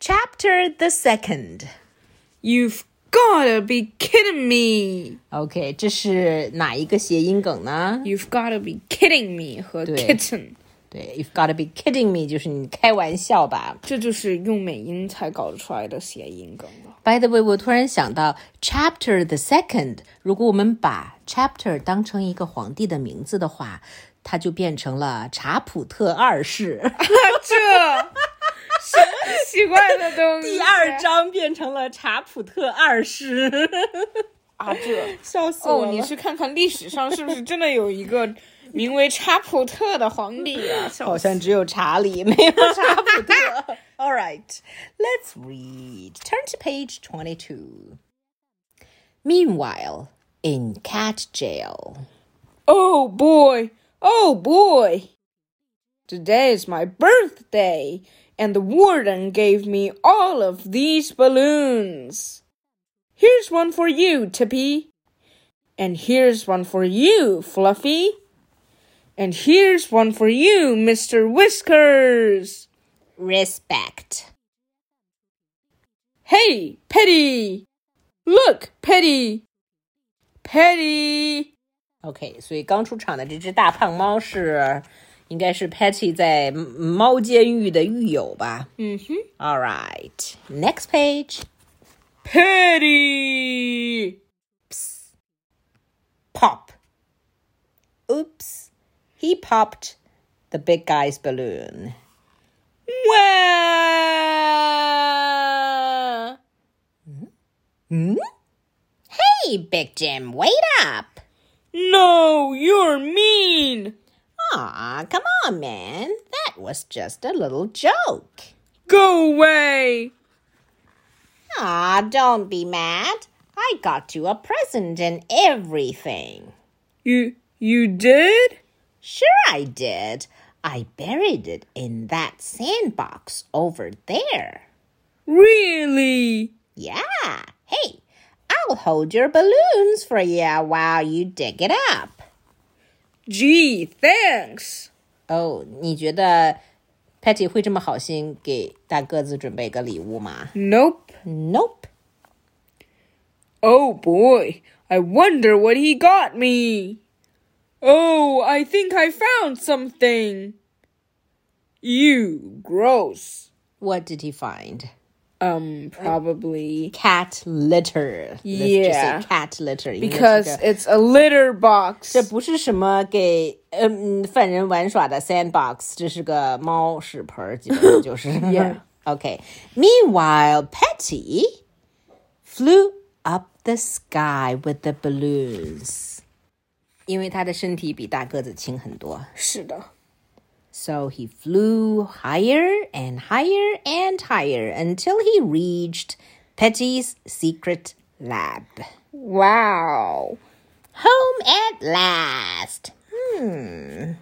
Peter the Second。 You've gotta be kidding me! OK，这是哪一个谐音梗呢？ You've gotta be kidding me 和对 kitten，对，You've got to be kidding me，就是你开玩笑吧。这就是用美音才搞得出来的谐音梗 了。 By the way，我突然想到，Chapter the Second，如果我们把 Chapter 当成一个皇帝的名字的话，它就变成了查普特二世。这什么奇怪的东西？ 第二章变成了查普特二 世，,啊，这笑死我哦，了。你去看看历史上是不是真的有一个名为查普特的皇帝啊？好好像只有查理，没有查普 特。All right, let's read. Turn to page 22. Meanwhile, in cat jail. Oh boy, oh boy. Today is my birthday, and the warden gave me all of these balloons. Here's one for you, Tippy. And here's one for you, Fluffy. And here's one for you, Mr. Whiskers. Respect. Hey, Petty! Look, Petty! Petty! OK，所以刚出场的这只大胖猫是，应该是 Patty 在猫监狱的狱友吧。嗯哼。 All right, next page. Petty! Pop. Oops, he popped the big guy's balloon. Wow! Hey, Big Jim, wait up. No, you're mean! Aw, come on, man. That was just a little joke. Go away! Aw, don't be mad. I got you a present and everything. You you did? Sure, I did. I buried it in that sandbox over there. Really? Yeah. Hey, I'll hold your balloons for you while you dig it up. Gee, thanks. 哦，你觉得 Patty 会这么好心给大个子准备个礼物吗 Nope. ？Nope. Oh boy, I wonder what he got me. Oh, I think I found something. You gross. What did he find? Um, probably Cat litter. Let's Yeah. just say cat litter. 因为这 because 个 it's a litter box. 这不是什么给嗯犯人玩耍的 sandbox，这是个猫屎盆儿，基本上就是。 Yeah. Okay. Meanwhile, Patty flew up the sky with the balloons. 因为他的身体比大个子轻很多是的。 ，so he flew higher and higher and higher until he reached Patty's secret lab. Wow. Home at last. Hmm.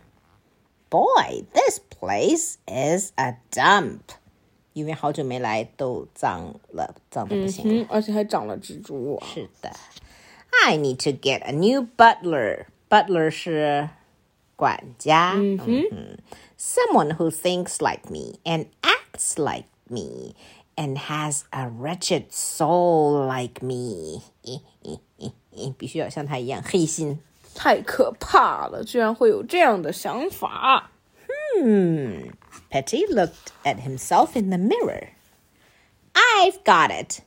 Boy, this place is a dump. 因为好久没来，都脏了，脏的不行。嗯，而且还长了蜘蛛网。是的。I need to get a new butler. Butler 是管家。嗯哼。Someone who thinks like me and acts like me and has a wretched soul like me. 必须要像他一样黑心。太可怕了，居然会有这样的想法。 Petty looked at himself in the mirror. I've got it.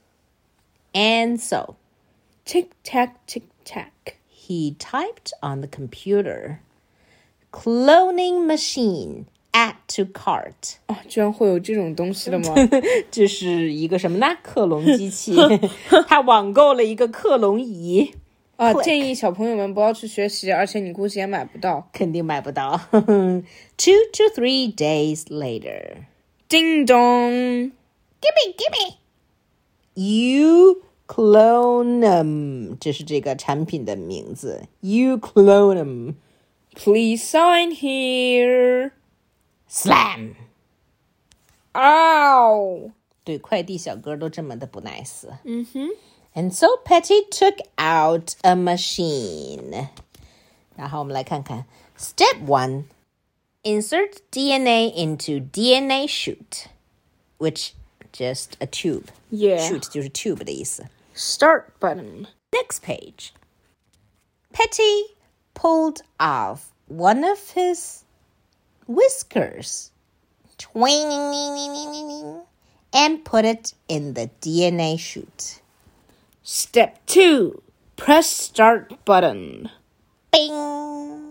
And so Tic tac tic tac. he typed on the computer cloning machine add to cart. 啊，居然会有这种东西的吗？嗯这是一个什么呢？克隆机 器，他网购了一个克隆仪，啊，建议小朋友们不要去学习，而且你估计也买不到。肯定买不到。Two to three days later. 叮咚 Gimme, gimme. You Clonum，这是这个产品的名字。You Clonum ，Please sign here. Slam， Ow. 对快递小哥都这么的不 nice。嗯哼。And so Patty took out a machine。然后我们来看看 Step One。Insert DNA into DNA chute, which just a tube. Yeah. Shoot 就是 tube 的意思。 Start button. Next page. Petty pulled off one of his whiskers, twing, and put it in the DNA chute. Step 2. Press start button. Bing!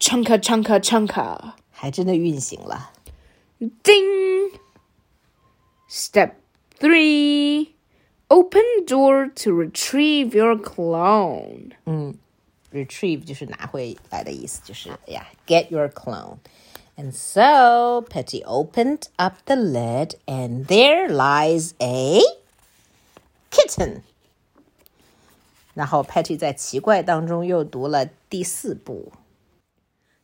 Chunka chunka chunka. 还真的运行了。 Ding! Step 3. Open door to retrieve your clone. retrieve 就是拿回来的意思，就是呀、yeah,，get your clone. And so Petty opened up the lid, and there lies a kitten. 然后 Petty 在奇怪当中又读了第四部。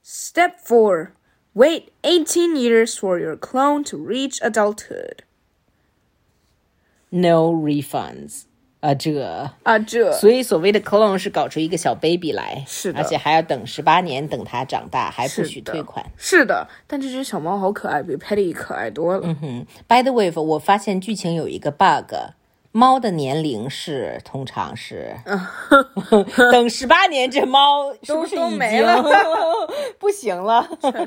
Step 4. Wait 18 years for your clone to reach adulthood. No refunds 啊，这。啊，这所以所谓的 clone 是搞出一个小 baby 来，是的而且还要等十八年，等它长大，还不许退款。是的，但这只小猫好可爱，比 Patty 可爱多了。嗯，By the way，我发现剧情有一个 bug，猫的年龄是通常是 等十八年，这猫是不是都已没经了 不行了？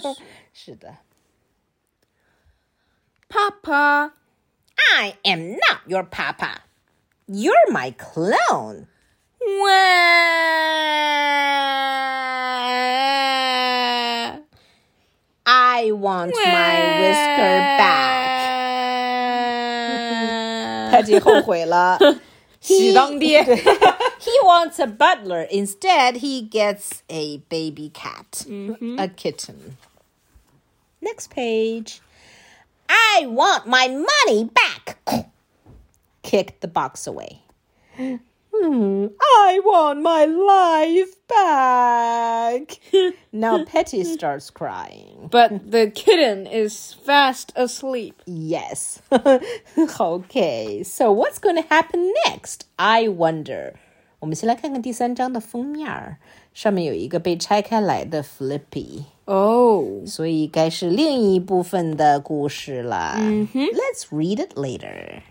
是的。 Papa, I am not your papa. You're my clone. Wah. I want my whisker back. 他已经后悔了。 喜当爹。 He- he wants a butler. Instead, he gets a baby cat, a kitten. Mm-hmm. Next page. I want my money back. Kick the box away. Hmm, I want my life back. now Petty starts crying. but the kitten is fast asleep. Yes. okay. So what's going to happen next? I wonder. 我们先来看看第三章的封面儿，上面有一个被拆开来的 Flippy。 Oh, 所以该是另一部分的故事了。嗯哼，Let's read it later.